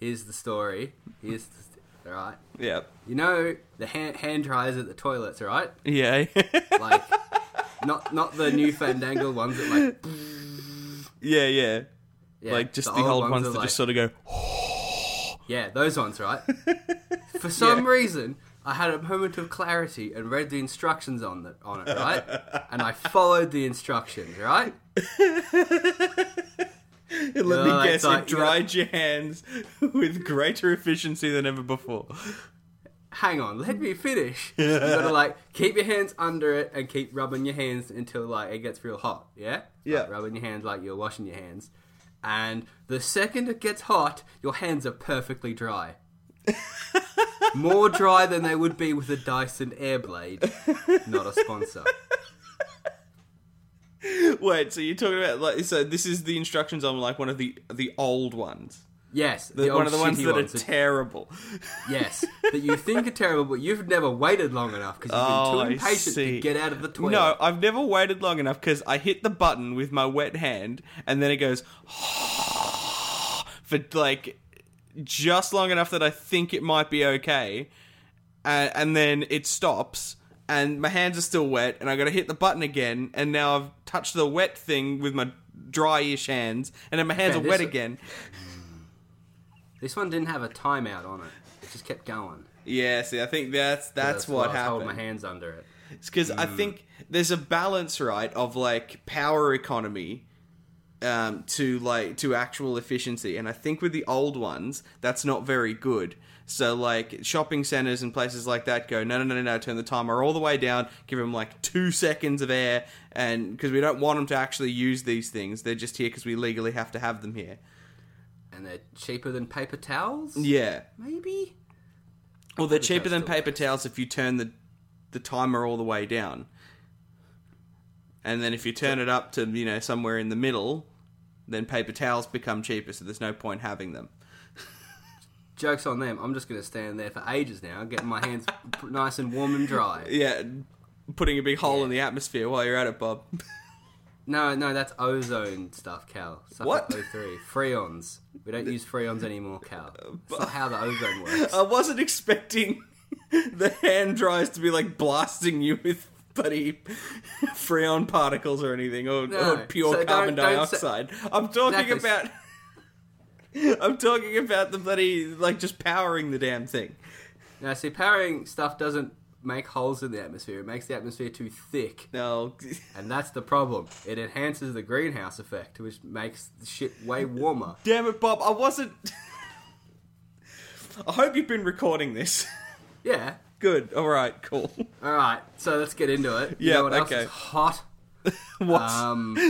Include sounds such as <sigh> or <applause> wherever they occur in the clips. Here's the story. Here's the st- all right. Yeah. You know the hand, hand dryers at the toilets, all right? Yeah. <laughs> Like not not the new fandangled ones that like yeah, yeah. yeah, like just the, old, ones, that are just sort of go, Yeah, those ones, right? <laughs> For some reason, I had a moment of clarity and read the instructions on the, on it, <laughs> right? and I followed the instructions, right? <laughs> let know, me like, guess, like, it you know- dried your hands <laughs> with greater efficiency than ever before. <laughs> Hang on, let me finish. you gotta like keep your hands under it and keep rubbing your hands until like it gets real hot. Yeah, Like, Yeah. rubbing your hands like you're washing your hands. And the second it gets hot, your hands are perfectly <laughs> dry. More dry than they would be with a Dyson Airblade. Not a sponsor. Wait, so you're talking about like so this is the instructions on like one of the the old ones. Yes, The, one of the ones shitty that ones are terrible. Yes, that you think are terrible, but you've never waited long enough because you've Oh, been I too impatient see. to get out of the toilet. No, I've never waited long enough because I hit the button with my wet hand and then it goes for like just long enough that I think it might be okay. Uh, and then it stops and my hands are still wet and I gotta hit the button again and now I've touched the wet thing with my dry ish hands and then my hands Man, are wet this- again. this one didn't have a timeout on it; it just kept going. Yeah, see, I think that's that's, why what I was holding happened. my hands under it. because I think there's a balance, right, of like power economy um, to like to actual efficiency, and I think with the old ones, that's not very good. So like shopping centers and places like that go no no no no no turn the timer all the way down give them like two seconds of air and because we don't want them to actually use these things they're just here because we legally have to have them here And they're cheaper than paper towels, yeah maybe. well they're Paper cheaper towels than still paper towels if you turn the the timer all the way down and then if you turn it up to you know somewhere in the middle then paper towels become cheaper so there's no point having them Jokes on them. I'm just gonna stand there for ages now, getting my hands <laughs> p- nice and warm and dry. yeah putting a big hole in the atmosphere while you're at it bob No, no, that's ozone stuff, Cal. Stuff What? like O3. Freons. We don't use freons anymore, <laughs> Cal. That's not how the ozone works. i wasn't expecting <laughs> the hand dries to be like blasting you with bloody freon particles or anything or, No, or pure so don't- carbon don't say- dioxide i'm talking Exactly. about <laughs> i'm talking about the bloody like just powering the damn thing Now, see, powering stuff doesn't make holes in the atmosphere. It makes the atmosphere too thick, No. <laughs> and that's the problem. It enhances the greenhouse effect, which makes the shit way warmer. Damn it, Bob. I wasn't. <laughs> I hope you've been recording this. <laughs> Yeah. Good. All right. Cool. <laughs> All right. So let's get into it. You Yeah, know what else okay. is hot? What? Um, <laughs>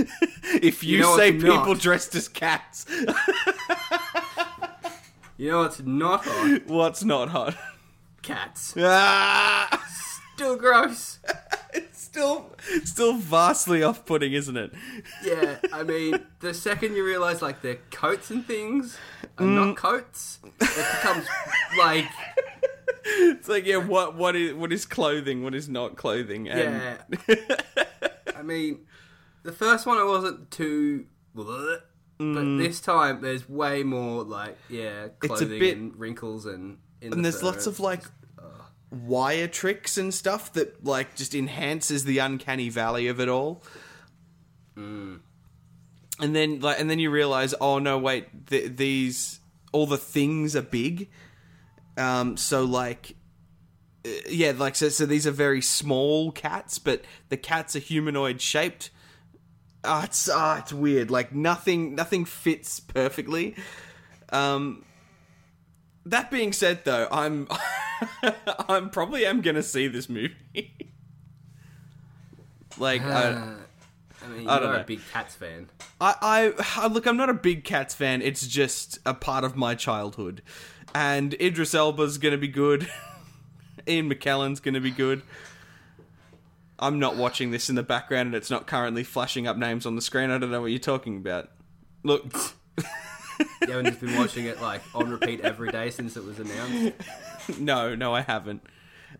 if you, you know say what's people not? dressed as cats, <laughs> you know what's not hot? <laughs> what's not hot? Cats. Ah! Still gross. It's still, still vastly off-putting, isn't it? <laughs> Yeah. I mean, the second you realize like their coats and things are Mm. not coats, it becomes like It's like, yeah, what, what is, what is clothing? What is not clothing? <laughs> And yeah. I mean, the first one I wasn't too. bleh, But this time, there's way more like yeah, Mm. a clothing bit- and wrinkles and in and there's lots of like wire tricks and stuff that like just enhances the uncanny valley of it all. And then like and then you realize, oh no, wait, th- these all the things are big. Um so like uh, yeah, like so so these are very small cats, but the cats are humanoid shaped. Ah, it's ah, it's weird. Like nothing nothing fits perfectly. That being said, though, I'm <laughs> I'm probably am gonna see this movie. <laughs> like I, Uh, I mean, you're I don't not know. a big cats fan. I, I, I look, I'm not a big Cats fan. It's just a part of my childhood, and Idris Elba's gonna be good. <laughs> Ian McKellen's gonna be good. I'm not watching this in the background, and it's not currently flashing up names on the screen. I don't know what you're talking about. Look, You haven't just been watching it like on repeat every day since it was announced. <laughs> no, no, I haven't.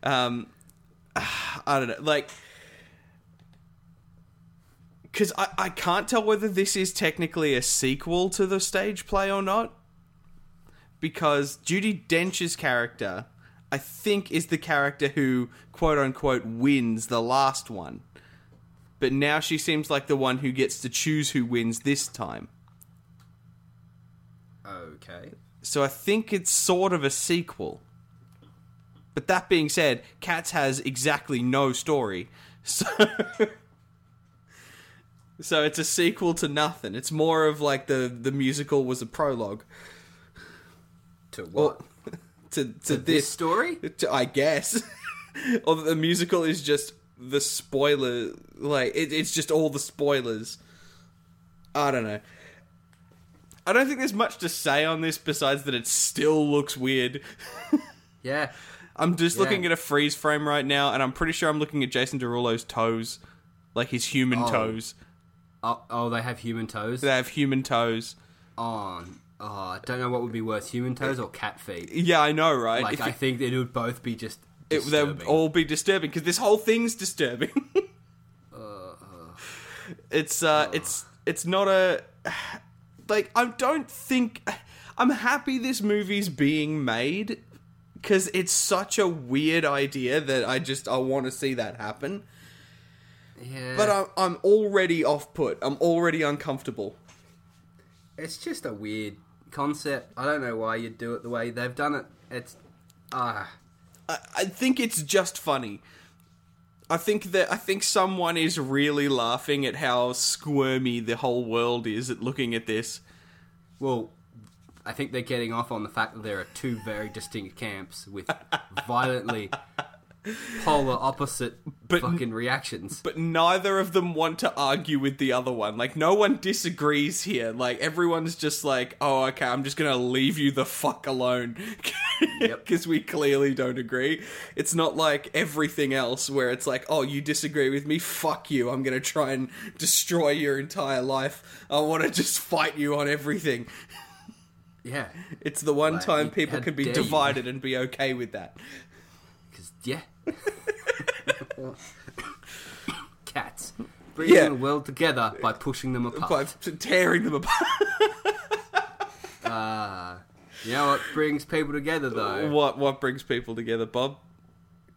Um, <sighs> I don't know, like, because I, I can't tell whether this is technically a sequel to the stage play or not. because Judy Dench's character, I think, is the character who quote unquote wins the last one. But now she seems like the one who gets to choose who wins this time. Okay. So I think it's sort of a sequel. But that being said, Cats has exactly no story. So <laughs> So it's a sequel to nothing. It's more of like the the musical was a prologue To what? to to, this this, story? to- I guess. <laughs> or the musical is just the spoiler like it, it's just all the spoilers. I don't know. I don't think there's much to say on this besides that it still looks weird. Yeah. I'm just Yeah. looking at a freeze frame right now, and I'm pretty sure I'm looking at Jason Derulo's toes, like his human toes. Oh, oh, they have human toes. They have human toes. On. Oh, I don't know what would be worse, human toes or cat feet. Yeah, I know, right? Like If I it- think it would both be just it- they disturbing. would all be disturbing because this whole thing's disturbing. <laughs> Uh, it's uh, it's it's not a <sighs> like I don't think <sighs> I'm happy this movie's being made because it's such a weird idea that I just I want to see that happen. yeah. But I'm I'm already off put. I'm already uncomfortable. it's just a weird concept. I don't know why you'd do it the way they've done it. It's ah. I, I think it's just funny. I think that I think someone is really laughing at how squirmy the whole world is at looking at this. Well, I think they're getting off on the fact that there are two very distinct camps <laughs> with violently polar opposite But- fucking reactions. But neither of them want to argue with the other one. Like no one disagrees here. Like everyone's just like, "Oh, okay, I'm just going to leave you the fuck alone." <laughs> Yep. Cuz we clearly don't agree. It's not like everything else where it's like, "Oh, you disagree with me? Fuck you. I'm going to try and destroy your entire life. I want to just fight you on everything." yeah, It's the one Like, time you- people how can be dare you. divided and be okay <laughs> with that. because yeah, <laughs> cats bringing Yeah. the world together by pushing them apart. By t- tearing them <laughs> apart. You know what brings people together though? what what brings people together, Bob?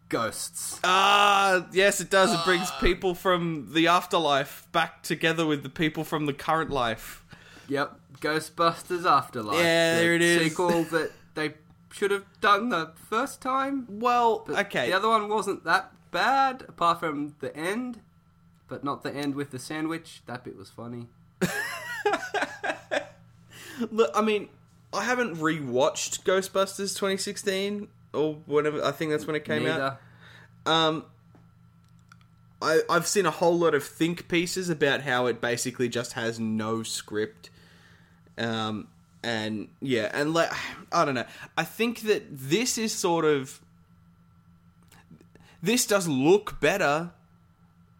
Ghosts. Ah, yes, it does. It <sighs> brings people from the afterlife back together with the people from the current life. Yep, Ghostbusters Afterlife. Yeah, the there it is. Sequel that they should have done the first time. Well, okay. The other one wasn't that bad, apart from the end, but not the end with the sandwich. That bit was funny. Look, I mean, I haven't rewatched Ghostbusters 2016 or whatever. I think that's when it came out. Neither. I, I've seen a whole lot of think pieces about how it basically just has no script. Um, and yeah, and like, <sighs> I don't know. I think that this is sort of. This does look better.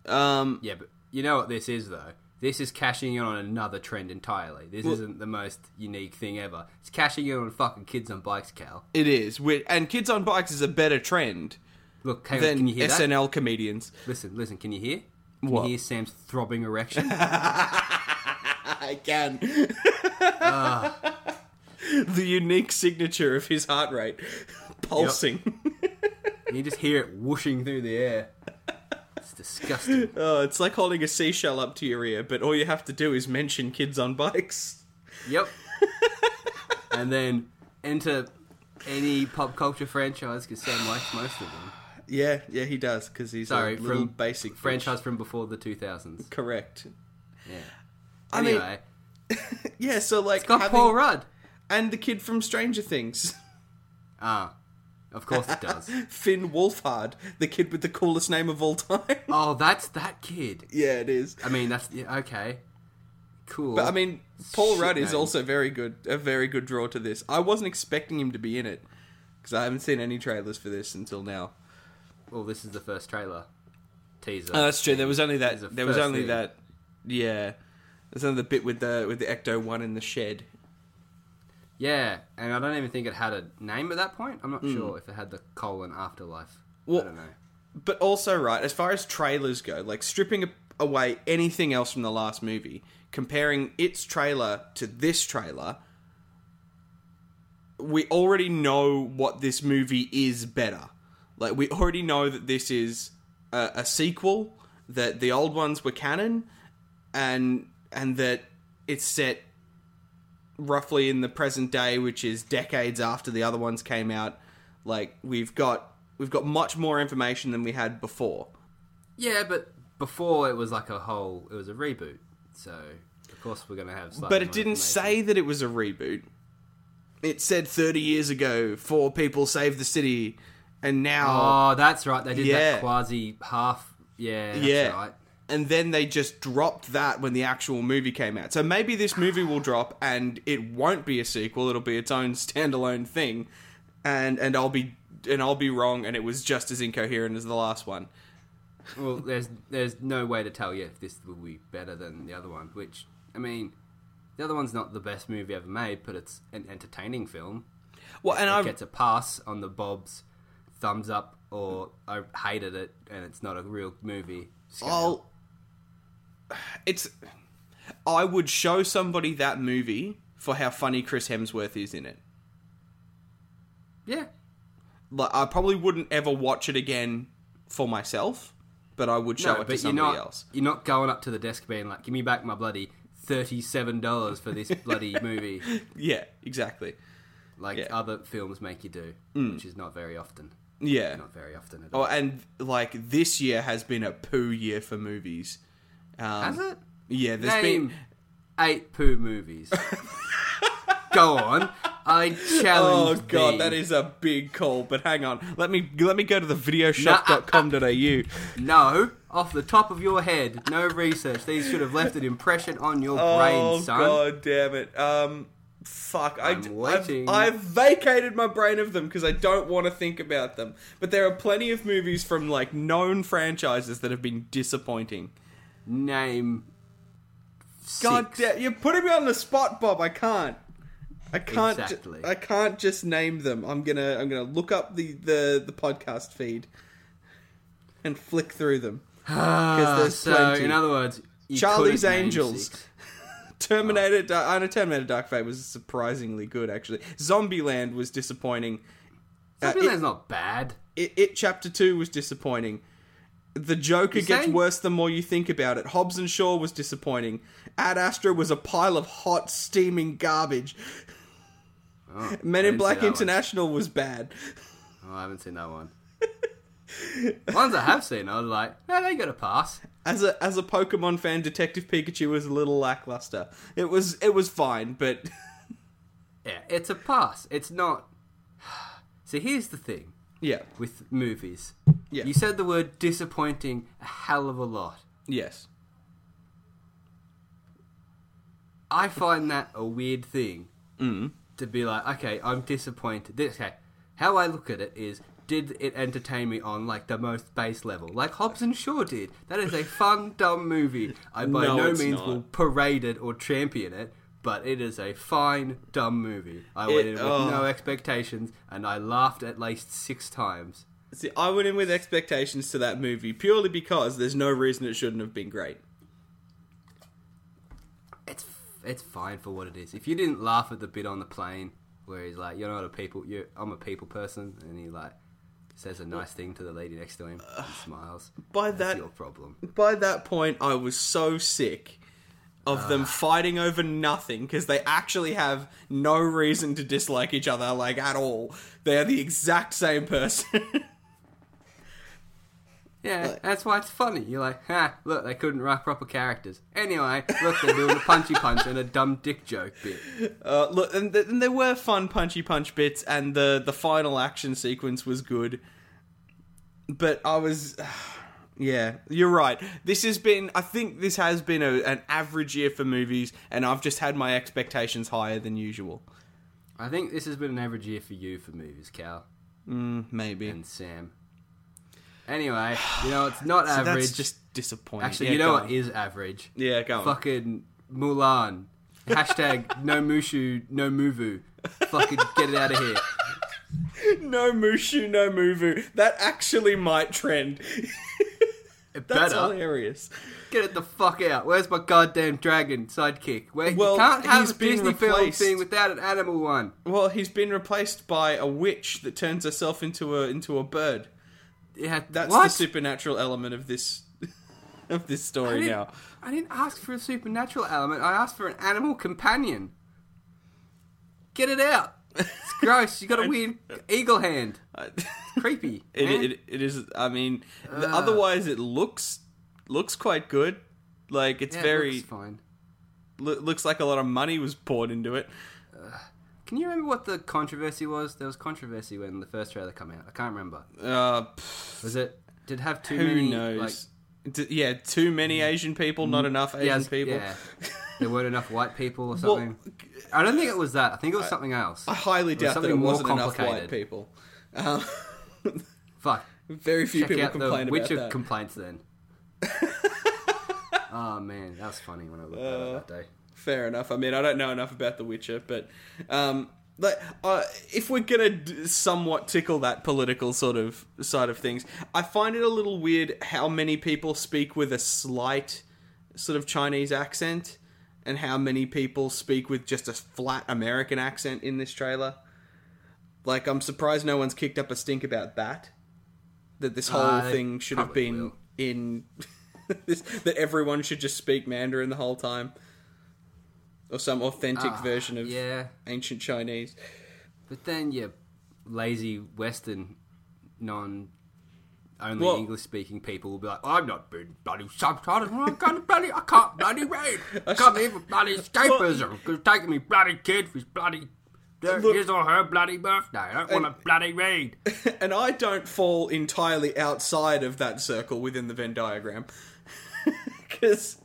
Um, Yeah, but you know what this is though. This is cashing in on another trend entirely. This isn't the most unique thing ever. It's cashing in on fucking kids on bikes, Cal. it is. Whi- And Kids on Bikes is a better trend Look, hang on, than Oh, can you hear that? <laughs> SNL comedians. Listen, listen, can you hear? Can What? you hear Sam's throbbing erection? I <laughs> can. Ah. the unique signature of his heart rate <laughs> pulsing. you just hear it whooshing through the air. It's disgusting. Oh, it's like holding a seashell up to your ear, but all you have to do is mention kids on bikes. <laughs> Yep. and then enter any pop culture franchise because Sam likes most of them. Yeah, yeah, he does because he's Sorry, a little from basic bitch. franchise from before the 2000s. Correct. Yeah. I mean, anyway, Yeah, so like it's got having- Paul Rudd. and the kid from Stranger Things, <laughs> Ah, of course it does. Finn Wolfhard, the kid with the coolest name of all time. <laughs> oh, that's that kid. yeah, it is. I mean, that's yeah, okay. Cool. But I mean, Paul Shit Rudd is name. also very good, a very good draw to this. I wasn't expecting him to be in it because I haven't seen any trailers for this until now. well, Oh, this is the first trailer teaser. Oh, that's true. There was only It's the that. There was first only thing. that. Yeah, there's only the bit with the with the Ecto One in the shed. yeah, and I don't even think it had a name at that point. I'm not sure if it had the colon afterlife. Hmm. Well- I don't know. But also, right as far as trailers go, like stripping a- away anything else from the last movie, comparing its trailer to this trailer, we already know what this movie is better. Like we already know that this is a, a sequel, that the old ones were canon, and and that it's set roughly in the present day, which is decades after the other ones came out. Like we've got we've got much more information than we had before. Yeah, but before it was like a whole, it was a reboot. So of course we're going to have. slightly But it more didn't information. say that it was a reboot. It said 30 years ago, four people saved the city, and now. Oh, that's right. They did Yeah. that quasi half. Yeah, that's yeah. right. And then they just dropped that when the actual movie came out. So maybe this movie will drop and it won't be a sequel. It'll be its own <laughs> standalone thing, and and I'll be and I'll be wrong. And it was just as incoherent as the last one. Well, there's there's no way to tell yet if this will be better than the other one. Which I mean, the other one's not the best movie ever made, but it's an entertaining film. Well, and it I gets a pass on the Bob's thumbs up or I hated it and it's not a real movie. scale. I'll. It's. I would show somebody that movie for how funny Chris Hemsworth is in it. yeah, Like, I probably wouldn't ever watch it again for myself, but I would show no, it to but you're somebody not else. you're not going up to the desk being like, "Give me back my bloody thirty-seven dollars for this <laughs> bloody movie," Yeah, exactly. like Yeah. other films make you do, which is not very often. Yeah. Not very often at all. Oh, and like this year has been a poo year for movies. Um, Has it? Yeah, there's Name been. eight poo <laughs> movies. Go on, I Oh challenge. god, thee. that is a big call. But hang on, let me let me go to the videoshop.com.au. No, off the top of your head, no research. These should have left an impression on your brain, son. Oh, god damn it! Um, fuck, I, I'm waiting. have I've vacated my brain of them because I don't want to think about them. But there are plenty of movies from like known franchises that have been disappointing. Name. God six. damn, you're putting me on the spot, Bob. I can't. I can't. ju- Exactly. I can't just name them. I'm gonna. I'm gonna look up the the the podcast feed and flick through them. Ah, there's so, plenty. in other words, you Charlie's couldn't name Angels. six. Terminator, Dark, I know Terminator Dark Fate was surprisingly good, actually. Zombieland was disappointing. Uh, Zombieland's not bad. it, it, it Chapter 2 was disappointing. The Joker gets saying- worse the more you think about it. Hobbs and Shaw was disappointing. Ad Astra was a pile of hot, steaming garbage. Oh, I Men in didn't Black see that one. International was bad. Oh, I haven't seen that one. The ones I have seen, I was like, no, they got a pass. As a as a Pokemon fan, Detective Pikachu was a little lackluster. It was it was fine, but <laughs> Yeah, it's a pass. It's not. <sighs> So here's the thing yeah, with movies. Yeah. You said the word disappointing a hell of a lot. yes, I find that a weird thing Mm. to be like, okay, I'm disappointed. This, okay, how I look at it is, did it entertain me on like the most base level, like Hobbs and Shaw did? That is a fun, dumb movie. I by No, no, it's means not. will parade it or champion it, but it is a fine, dumb movie. I went in with oh. no expectations, and I laughed at least six times. See, I went in with expectations to that movie purely because there's no reason it shouldn't have been great. It's f- it's fine for what it is. If you didn't laugh at the bit on the plane where he's like, "You're not a people. You, I'm a people person," and he like says a nice thing to the lady next to him and smiles. By That's that your problem. by that point, I was so sick of them fighting over nothing because they actually have no reason to dislike each other like at all. They are the exact same person. Yeah, that's why it's funny. You're like, "Ha! Look, they couldn't write proper characters." Anyway, look, they're doing a punchy punch and a dumb dick joke bit. uh, look, and, th- and there were fun punchy punch bits, and the the final action sequence was good. But I was, <sighs> yeah, you're right. This has been, I think, this has been a, an average year for movies, and I've just had my expectations higher than usual. I think this has been an average year for you for movies, Cal Maybe and Sam. Anyway, you know it's not So average. That's just disappointing. Actually, Yeah, you know go what on. is average? Yeah, go on. fucking Mulan. Hashtag no Mushu, no Muvu. Fucking get it out of here. <laughs> No Mushu, no Muvu. That actually might trend. <laughs> It That's better. hilarious. get it the fuck out. Where's my goddamn dragon sidekick? Where Well, you can't have he's a been Disney film replaced. scene without an animal one. Well, he's been replaced by a witch that turns herself into a into a bird. Yeah, That's what? the supernatural element of this <laughs> of this I story didn't, now. <laughs> I didn't ask for a supernatural element. I asked for an animal companion. Get it out. <laughs> It's gross. You got a weird eagle hand. Creepy. It, man. it, it is. I mean, th- otherwise it looks looks quite good. Like it's Yeah, it very looks fine. loo- looks like a lot of money was poured into it. Can you remember what the controversy was? There was controversy when the first trailer came out. I can't remember. Uh, pff, Was it did it have too who many? knows? D- yeah, too many Asian people, not enough Like, yeah, Asian people. yeah. there weren't enough white people or Well, something. I don't think it was that. I think it was something else. I highly doubt that something it more wasn't enough complicated. white people. <laughs> Um, Fuck. very few Check people out complain the about Witcher that. complaints <laughs> then. oh man, that was funny when I looked at it that day. Fair enough. I mean, I don't know enough about The Witcher, but um, like, uh, if we're gonna d- somewhat tickle that political sort of side of things, I find it a little weird how many people speak with a slight sort of Chinese accent, and how many people speak with just a flat American accent in this trailer. Like, I'm surprised no one's kicked up a stink about that. That this whole Uh, they thing should have probably been will. in. <laughs> this, that everyone should just speak Mandarin the whole time or some authentic version of Ah, Yeah, ancient Chinese. <laughs> but then you lazy Western non. Only Well- English-speaking people will be like, "I'm not being bloody subtitled. I can't bloody, I can't bloody <laughs> read. Come here with bloody escapism. Cause taking me bloody kid for his bloody Look- his or her bloody birthday. I don't want to bloody <laughs> read." And I don't fall entirely outside of that circle within the Venn diagram. <laughs> Because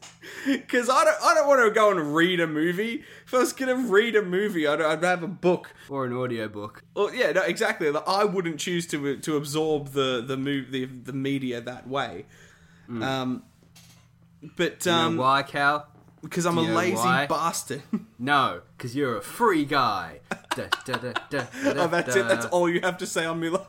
I don't, I don't want to go and read a movie. If I was going to read a movie, I'd, I'd have a book. or an audiobook. Well, yeah, no, exactly. Like, I wouldn't choose to to absorb the the, move, the, the media that way. Um, but Mm. You know um why, Cal? because I'm you a know lazy why? bastard. <laughs> No, because you're a free guy. Da, da, da, da, da, oh, that's it. That's da. all you have to say on Mulan.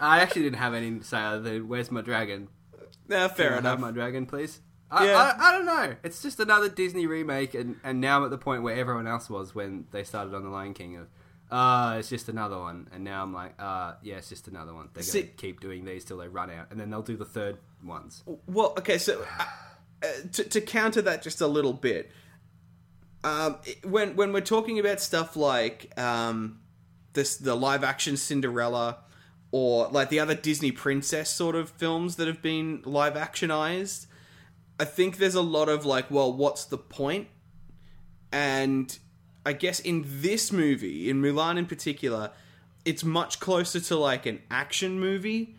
I actually didn't have anything to say other than, "Where's my dragon? <laughs> nah, fair Can I enough. have my dragon, please?" I, Yeah. I, I don't know. It's just another Disney remake, and, and now I'm at the point where everyone else was when they started on The Lion King. Of, uh, it's just another one, and now I'm like, uh, yeah, it's just another one. They're gonna See- keep doing these till they run out, and then they'll do the third ones. Well, okay, so uh, uh, to, to counter that just a little bit, um, it- when when we're talking about stuff like um, this, the live action Cinderella, or like the other Disney princess sort of films that have been live actionized, I think there's a lot of like, well, what's the point? And I guess in this movie, in Mulan in particular, it's much closer to like an action movie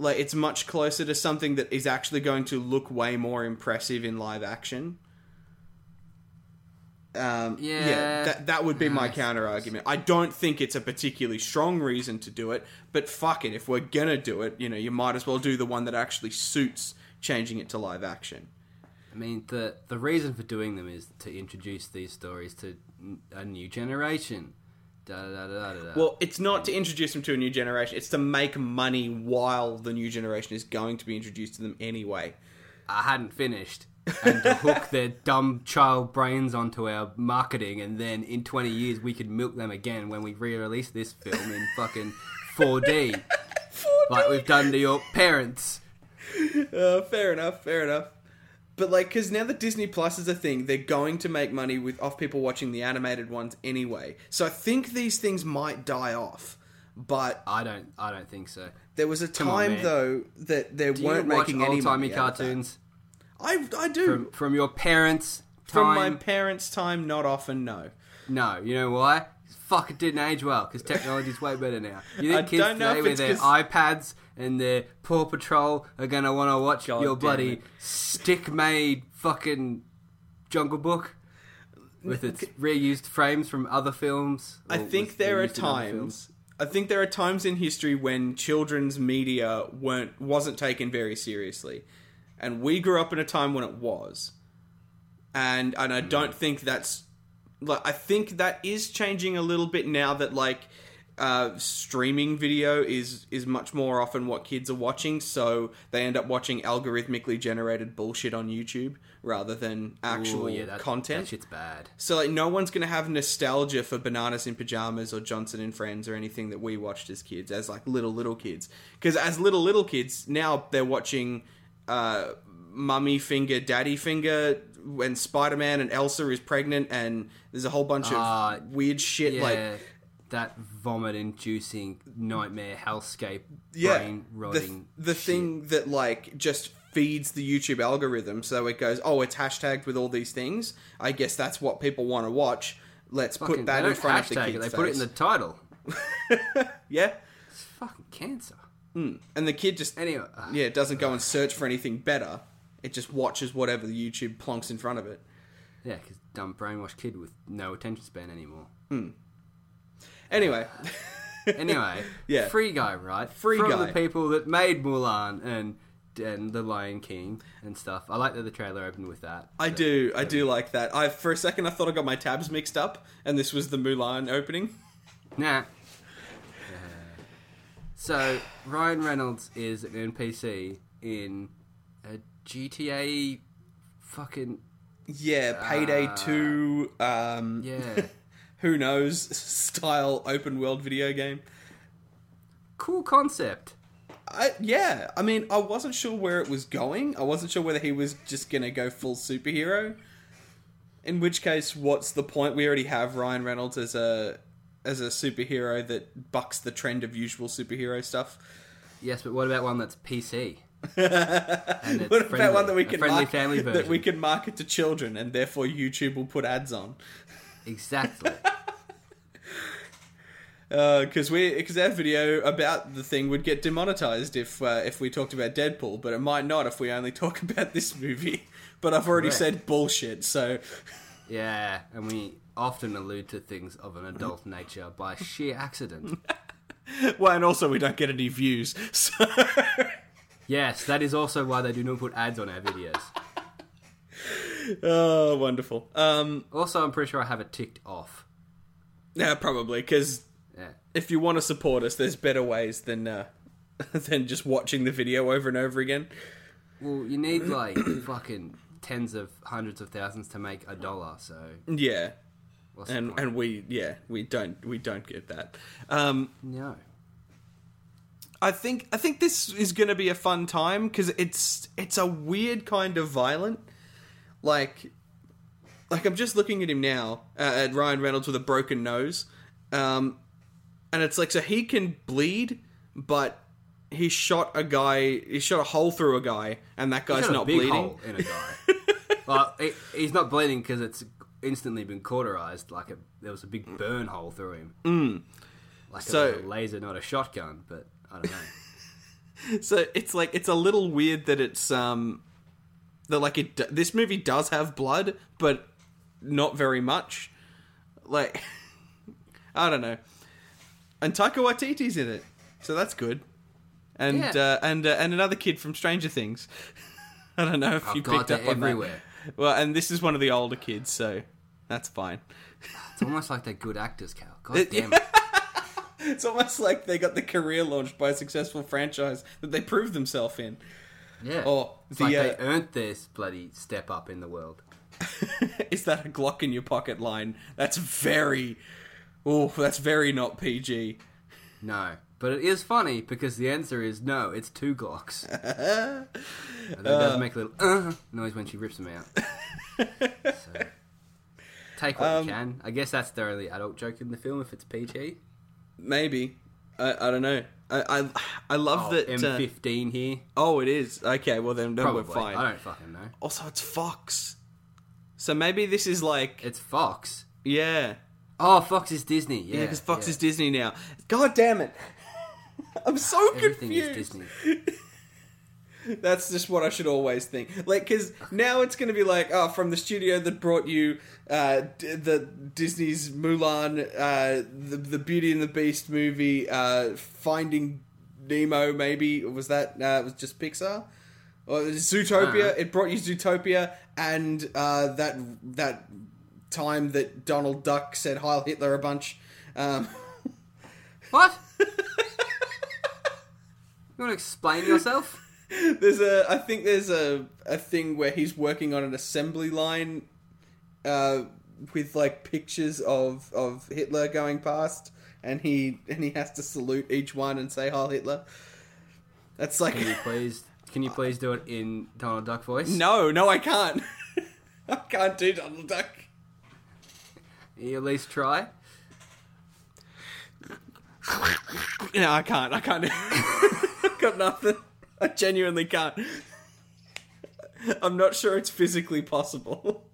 like it's much closer to something that is actually going to look way more impressive in live action. Um, yeah, Yeah. that that would be my Nice. counter argument. I don't think it's a particularly strong reason to do it, but fuck it, if we're gonna do it, you know, you might as well do the one that actually suits changing it to live action. I mean, the the reason for doing them is to introduce these stories to n- a new generation. Da da da da da. da. Well, it's not to introduce them to a new generation; it's to make money while the new generation is going to be introduced to them anyway. I hadn't finished. and to hook their dumb child brains onto our marketing, and then in 20 years we could milk them again when we re-release this film in fucking <laughs> 4D, like we've done to your parents. <laughs> Uh, fair enough, fair enough. But like, because now that Disney Plus is a thing, they're going to make money with off people watching the animated ones anyway. So I think these things might die off. But I don't, I don't think so. there was a on, time man. though that they Do weren't you watch making any old-timey money. out of that. cartoons I I do from, from your parents' from time? my parents' time. Not often, no. No, you know why? Fuck, it didn't age well because technology's way better now. You I think kids don't know today if with it's their 'cause- iPads and their Paw Patrol are gonna want to watch God your damn bloody it. stick-made fucking Jungle Book with its reused frames from other films? I or was think there are reused in other films? times. I think there are times in history when children's media weren't wasn't taken very seriously, and we grew up in a time when it was, and and Mm. I don't think that's like I think that is changing a little bit now that like uh, streaming video is is much more often what kids are watching, so they end up watching algorithmically generated bullshit on YouTube rather than actual Ooh, yeah, that, content. That shit's bad. So like no one's gonna have nostalgia for Bananas in Pajamas or Johnson and Friends or anything that we watched as kids, as like little little kids. Because as little little kids now they're watching uh, Mummy Finger, Daddy Finger, when Spider Man and Elsa is pregnant, and there's a whole bunch Ah, of weird shit Yeah, like that vomit-inducing nightmare hellscape, yeah, brain the, rotting. the thing that like just feeds the YouTube algorithm, so it goes, oh, it's hashtagged with all these things. I guess that's what people want to watch. Let's put that they in don't front of the hashtag kids. it, They put it in the face." title. yeah. It's fucking cancer. and the kid just Anyway, uh, ugh. yeah it doesn't go and search for anything better it just watches whatever the youtube plonks in front of it yeah, because dumb brainwashed kid with no attention span anymore. anyway <laughs> Anyway, Yeah. free guy, right? Free From Guy. the people that made Mulan and and the Lion King and stuff. I like that the trailer opened with that. i do i do like that i for a second i thought i got my tabs mixed up and this was the mulan opening Nah. Uh, So Ryan Reynolds is an NPC in a GTA fucking yeah payday 2 um <laughs> yeah. who knows <laughs> style open world video game cool concept. I, yeah, I mean, I wasn't sure where it was going. I wasn't sure whether he was just gonna go full superhero. In which case, what's the point? We already have Ryan Reynolds as a as a superhero that bucks the trend of usual superhero stuff. Yes, but what about one that's <laughs> PC? And it's What about friendly, one that we a can friendly market, family version. <laughs> that we can market to children, and therefore YouTube will put ads on? Exactly. Because Uh, we because our video about the thing would get demonetized if uh, if we talked about Deadpool, but it might not if we only talk <laughs> about this movie. But I've already Correct. said bullshit, so. yeah, and we often allude to things of an adult nature by sheer <laughs> accident. Well, and also we don't get any views. <laughs> So Yes, that is also why they do not put ads on our videos. oh, wonderful. Um, Also, I'm pretty sure I have it ticked off. yeah, probably because Yeah. if you want to support us, there's better ways than uh, <laughs> than just watching the video over and over again. Well, you <coughs> need like fucking tens of hundreds of thousands to make a dollar, so Yeah, what's the and point? and we yeah we don't we don't get that. Um, no. I think I think this is going to be a fun time because it's it's a weird kind of violent, like like I'm just looking at him now uh, at Ryan Reynolds with a broken nose, um, and it's like so he can bleed, but he shot a guy, he shot a hole through a guy, and that guy's Got a not big bleeding. hole in a <laughs> guy. well, he- he's not bleeding because it's instantly been cauterized. Like a, there was a big burn hole through him. Mm. Like it So- was a laser, not a shotgun. But I don't know. So it's like it's a little weird that it's um that like it d- this movie does have blood, but not very much. Like <laughs> I don't know. And Taika Waititi's in it, so that's good. And Yeah. uh, and uh, and another kid from Stranger Things. <laughs> I don't know if Oh, you God, picked they're up on everywhere. That. Well, and this is one of the older kids, so that's fine. <laughs> It's almost like they're good actors, Cal. God damn it. It's almost like they got the career launched by a successful franchise that they proved themselves in. Yeah. Oh, it's the, like uh, they earned this bloody step up in the world. <laughs> is that a Glock in your pocket line? That's very, oh, that's very not PG. No. But it is funny because the answer is no, it's two <laughs> Glocks. and then it does make a little uh noise when she rips them <laughs> out. so, take what Um, you can. I guess that's the only adult joke in the film if it's PG. Maybe, I, I don't know. I, I, I love Oh, that. uh, M15 here. oh, it is okay. Well, then no, Probably. we're fine. I don't fucking know. Also, it's Fox, so maybe this is like It's Fox. yeah, Oh, Fox is Disney. Yeah, yeah, because Fox yeah. is Disney now. God damn it! <laughs> I'm so Everything confused. is Disney. <laughs> That's just what I should always think. Like, because now it's going to be like, oh, from the studio that brought you uh, d- the Disney's Mulan, uh, the the Beauty and the Beast movie, uh, Finding Nemo. Maybe was that? Uh, it was just Pixar. Or Zootopia. Uh-huh. It brought you Zootopia, and uh, that that <laughs> time that Donald Duck said "Heil Hitler" a bunch. Um, <laughs> What? you want to explain yourself? There's a, I think there's a, a thing where he's working on an assembly line, uh, with like pictures of of Hitler going past, and he and he has to salute each one and say "Heil Hitler." That's like Can you please? Can you please do it in Donald Duck voice? <laughs> no, no, I can't. <laughs> I can't do Donald Duck. You at least try. No, I can't. I can't. <laughs> I've Got nothing. I genuinely can't. <laughs> I'm not sure it's physically possible.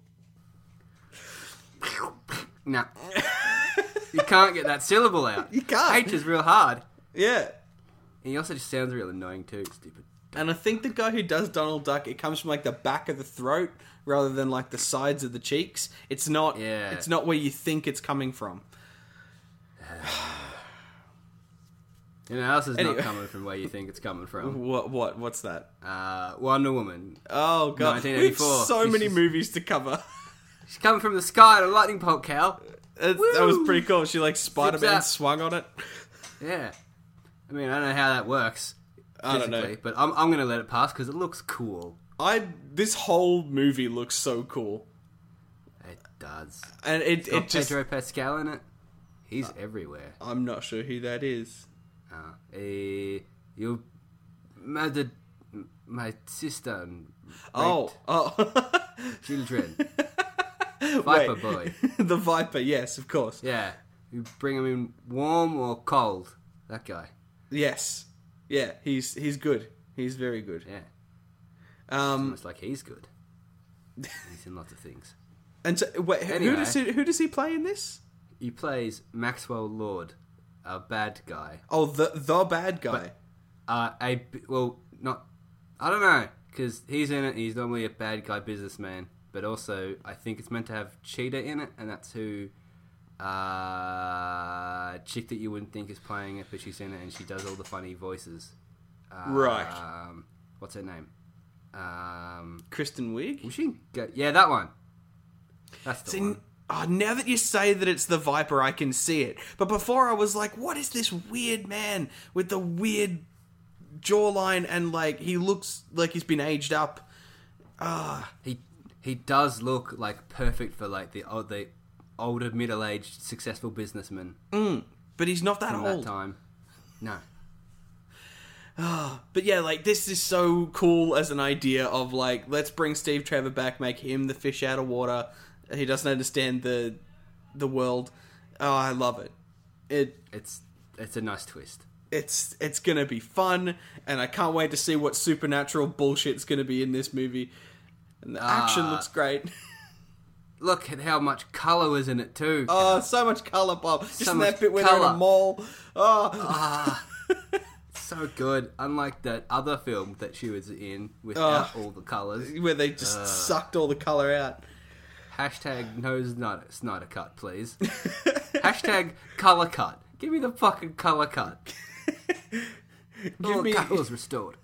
<laughs> No. you can't get that syllable out. You can't. H is real hard. Yeah. And he also just sounds real annoying too. Stupid. And I think the guy who does Donald Duck, it comes from like the back of the throat rather than like the sides of the cheeks. It's not. Yeah. It's not where you think it's coming from. You know, else is Anyway. Mm-hmm. not coming from where you think it's coming from. What? What? What's that? Uh, Wonder Woman. Oh god, we have 1984. so This many is- movies to cover. <laughs> She's coming from the sky in a lightning bolt, Cal. That's- that was Woo. pretty cool. She like Spider Man Zip-zap. swung on it. Yeah. I mean, I don't know how that works. I don't know. physically, But I'm, I'm going to let it pass because it looks cool. I this whole movie looks so cool, It does. and it Got it just Pedro Pascal in it. He's everywhere. I'm not sure who that is. Uh, eh, you murdered m- my sister and Oh, raped oh, <laughs> children. Wait. Viper boy. the Viper. Yes, of course. Yeah. You bring him in warm or cold. That guy. Yes, yeah. He's he's good. He's very good. Yeah. Um, Almost like he's <laughs> good. He's in lots of things. and so, wait, who- who Anyway. does he, who does he play in this? He plays Maxwell Lord, a bad guy. Oh, the the bad guy. Uh, a b- well, not. I don't know because he's in it. He's normally a bad guy businessman, but also I think it's meant to have Cheetah in it, and that's who. Uh, chick that you wouldn't think is playing it, but she's in it, and she does all the funny voices. Uh, Right. Um, what's her name? Um, Kristen Wiig. was she? in Go- yeah, that one. That's the See, one. oh, now that you say that it's the Viper, I can see it. But before I was like, what is this weird man with the weird jawline and like he looks like he's been aged up. He he does look like perfect for like the o- the older middle aged successful businessman But he's not that from old. that time. No. But yeah, like this is so cool as an idea of like let's bring Steve Trevor back, make him the fish out of water. He doesn't understand the the world. Oh, I love it. It it's it's a nice twist. it's it's gonna be fun, and I can't wait to see what supernatural bullshit's gonna be in this movie. And the Ah. action looks great. <laughs> Look at how much color was in it too. Oh, so much color, Bob. Just So in that much bit where they're in a colour. mall. Oh, So good. Unlike that other film that she was in Ah. without all the <laughs> colors. where they just sucked all the color out. Hashtag no Snyder, Snyder cut, <laughs> please. Hashtag color cut. Give me the fucking color <laughs> cut. all me- the colors restored.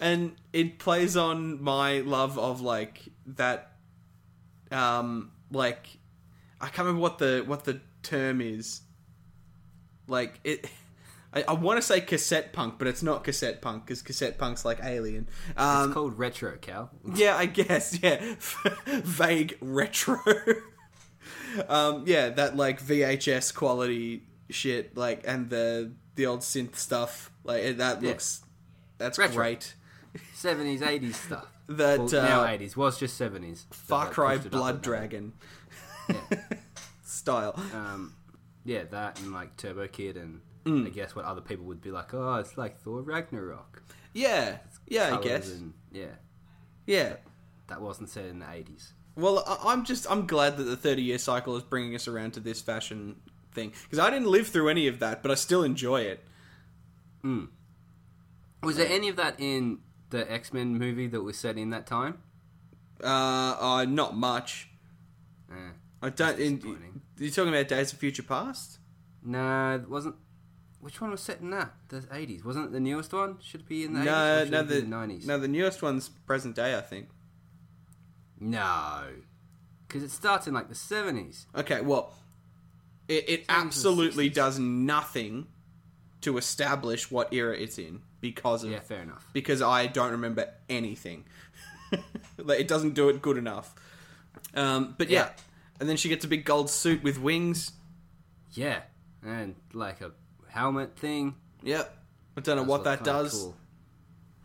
and it plays on my love of like that um like i can't remember what the what the term is like it i, I want to say cassette punk but it's not cassette punk because cassette punk's like alien It's um called retro, Cal. yeah i guess <laughs> yeah vague retro um yeah that like vhs quality shit like and the the old synth stuff like it- that Yeah. looks that's Retro. great Seventies, eighties stuff. That, well, now uh, eighties was just seventies. Far Cry Blood Dragon <laughs> style. Um, yeah, that and like Turbo Kid and Mm. I guess what other people would be like. Oh, it's like Thor Ragnarok. Yeah, yeah, I colours guess. and- yeah, Yeah. that wasn't said in the eighties. Well, I- I'm just I'm glad that the 30 year cycle is bringing us around to this fashion thing because I didn't live through any of that, but I still enjoy it. Was there any of that in the X Men movie that was set in that time? Uh, uh not much. Eh. I don't. In, disappointing. you're talking about Days of Future Past. No, it wasn't. Which one was set in that? The eighties wasn't it the newest one? Should it be in the No, 80s or no, should it be the the nineties. no, the newest one's present day, I think. No, because it starts in like the seventies. Okay, well, It, it absolutely does nothing to establish what era it's in because of Yeah, fair enough. because I don't remember anything. <laughs> like, it doesn't do it good enough. Um, but yeah. Yeah. and then she gets a big gold suit with wings. Yeah, and like a helmet thing. Yep, I don't know That's what that kinda does. cool.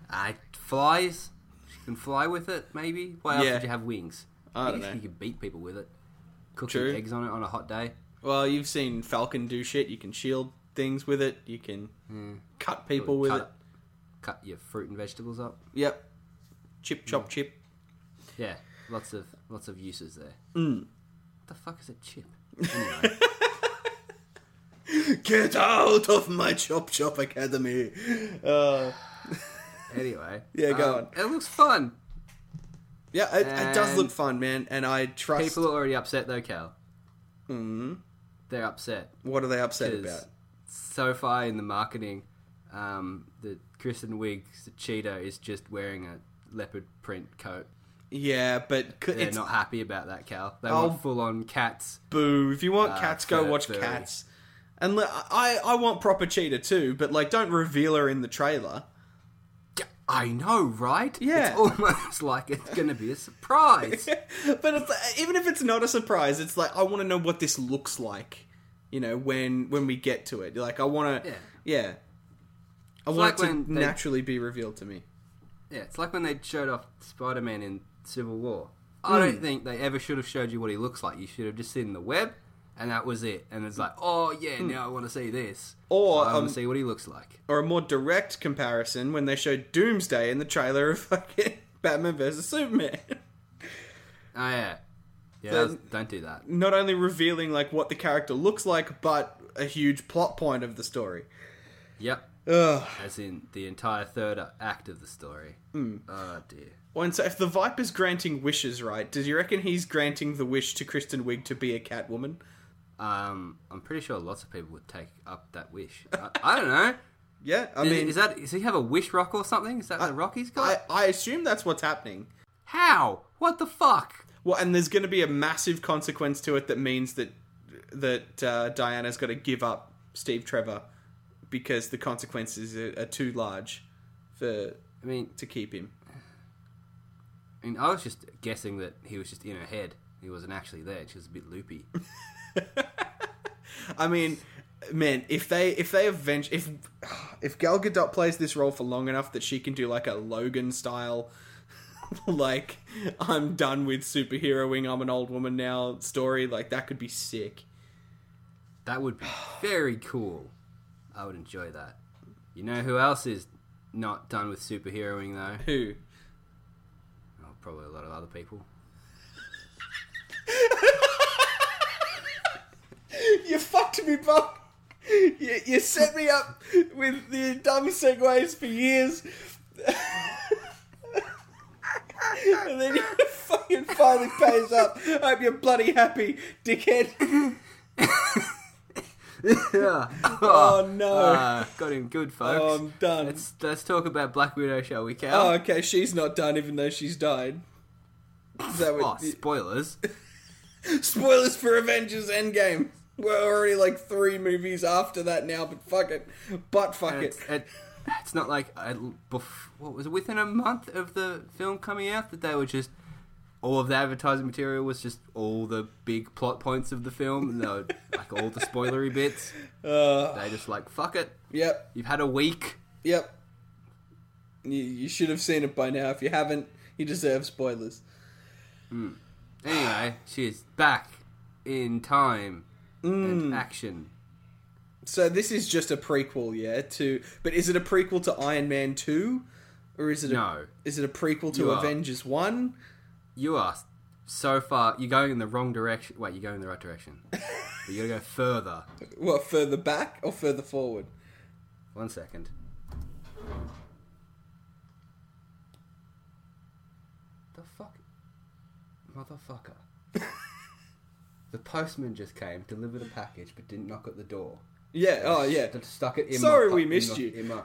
I Uh, flies. She can fly with it, maybe. Why else Yeah. did you have wings? I don't you know. You could beat people with it. Cook True. your eggs on it on a hot day. Well, you've seen Falcon do shit. You can shield things with it. You can cut people with Hmm. cut, it. Cut your fruit and vegetables up. Yep, chip Hmm. chop chip. Yeah, lots of lots of uses there. Mm. What the fuck is a chip? Anyway, Get out of my chop chop academy. Uh, anyway. <laughs> um, Yeah, go on. It looks fun. yeah, it, it does And- look fun, man. And I trust. Mm-hmm. People are already upset though, Cal. Mm. They're upset. what are they upset because about? so far in the marketing, um, the Kristen Wiig the Cheetah is just wearing a leopard print coat. Yeah, but c- They're it's not happy about that, Cal. They Oh. want full on cats. boo. If you want Uh, cats, go fur- watch furry. cats. And le- I, I want proper cheetah too, but like, don't reveal her in the trailer. I know, right? Yeah. It's almost <laughs> like it's going to be a <laughs> surprise. but it's, uh, even if it's not a surprise, it's like I want to know what this looks like. You know, when when we get to it, like I want to, yeah. Yeah. I want like it to when they- naturally be revealed to me. yeah, it's like when they showed off Spider Man in Civil War. Hmm. I don't think they ever should have showed you what he looks like. You should have just seen the web, and that was it. And it's like, oh, yeah, now I want to see this. Hmm. Or, I want um, to see what he looks like. Or a more direct comparison when they showed Doomsday in the trailer of <laughs> fucking Batman versus Superman. <laughs> Oh yeah, yeah. Then- that's- don't do that. not only revealing like what the character looks like, but a huge plot point of the story. Yep. Ugh. As in the entire third act of the story. Hmm. Oh dear. And so, if the Viper's granting wishes, right? Does you reckon he's granting the wish to Kristen Wiig to be a Catwoman? Um, I'm pretty sure lots of people would take up that wish. I, I don't know. Yeah, <laughs> I I mean, mean, is that does he have a wish rock or something? Is that the rock he's got? I, I assume that's what's happening. How? What the fuck? Well, and there's going to be a massive consequence to it that means that that uh, Diana's got to give up Steve Trevor because the consequences are, are too large for I mean, to keep him. I mean, I was just guessing that he was just in her head. He wasn't actually there. She was a bit <laughs> loopy. I mean, man, if they if they avenge if if Gal Gadot plays this role for long enough that she can do like a Logan style, <laughs> like I'm done with superheroing, I'm an old woman now story, like that could be sick. That would be very cool. I would enjoy that. You know who else is not done with superheroing though? <laughs> Who? Oh, probably a lot of other people. You fucked me, Bob. You, you set me up with the dumb segues for years. and then you <laughs> fucking finally pays up. I hope you're bloody happy, dickhead. Oh, no. <laughs> Uh, got him good, oh, folks. I'm done. let's let's talk about Black Widow, shall we, Oh, Cal? okay, she's not done even though she's died. Is that Oh, what- <laughs> spoilers. Spoilers for Avengers Endgame. We're already like three movies after that now, but fuck it. But fuck it's, it. it- it's not like I, bef- what was it, within a month of the film coming out that they were just all of the advertising material was just all the big plot points of the film, and they <laughs> were, like all the spoilery bits. Uh, They just like fuck it. yep. You've had a week. Yep. You, you should have seen it by now. If you haven't, you deserve spoilers. Anyway, she is back in time Mm. and action. So this is just a prequel, yeah. To but is it a prequel to Iron Man two, or is it a, No. Is it a prequel to You are- Avengers one? You are so far. You're going in the wrong direction. Wait, you're going in the right <laughs> direction. but you gotta go further. What further back or further forward? One second. The fuck, motherfucker! <laughs> the postman just came, delivered a package, but didn't knock at the door. Yeah. Oh <laughs> yeah. Just stuck it in. Sorry my, we in missed my- you. In my,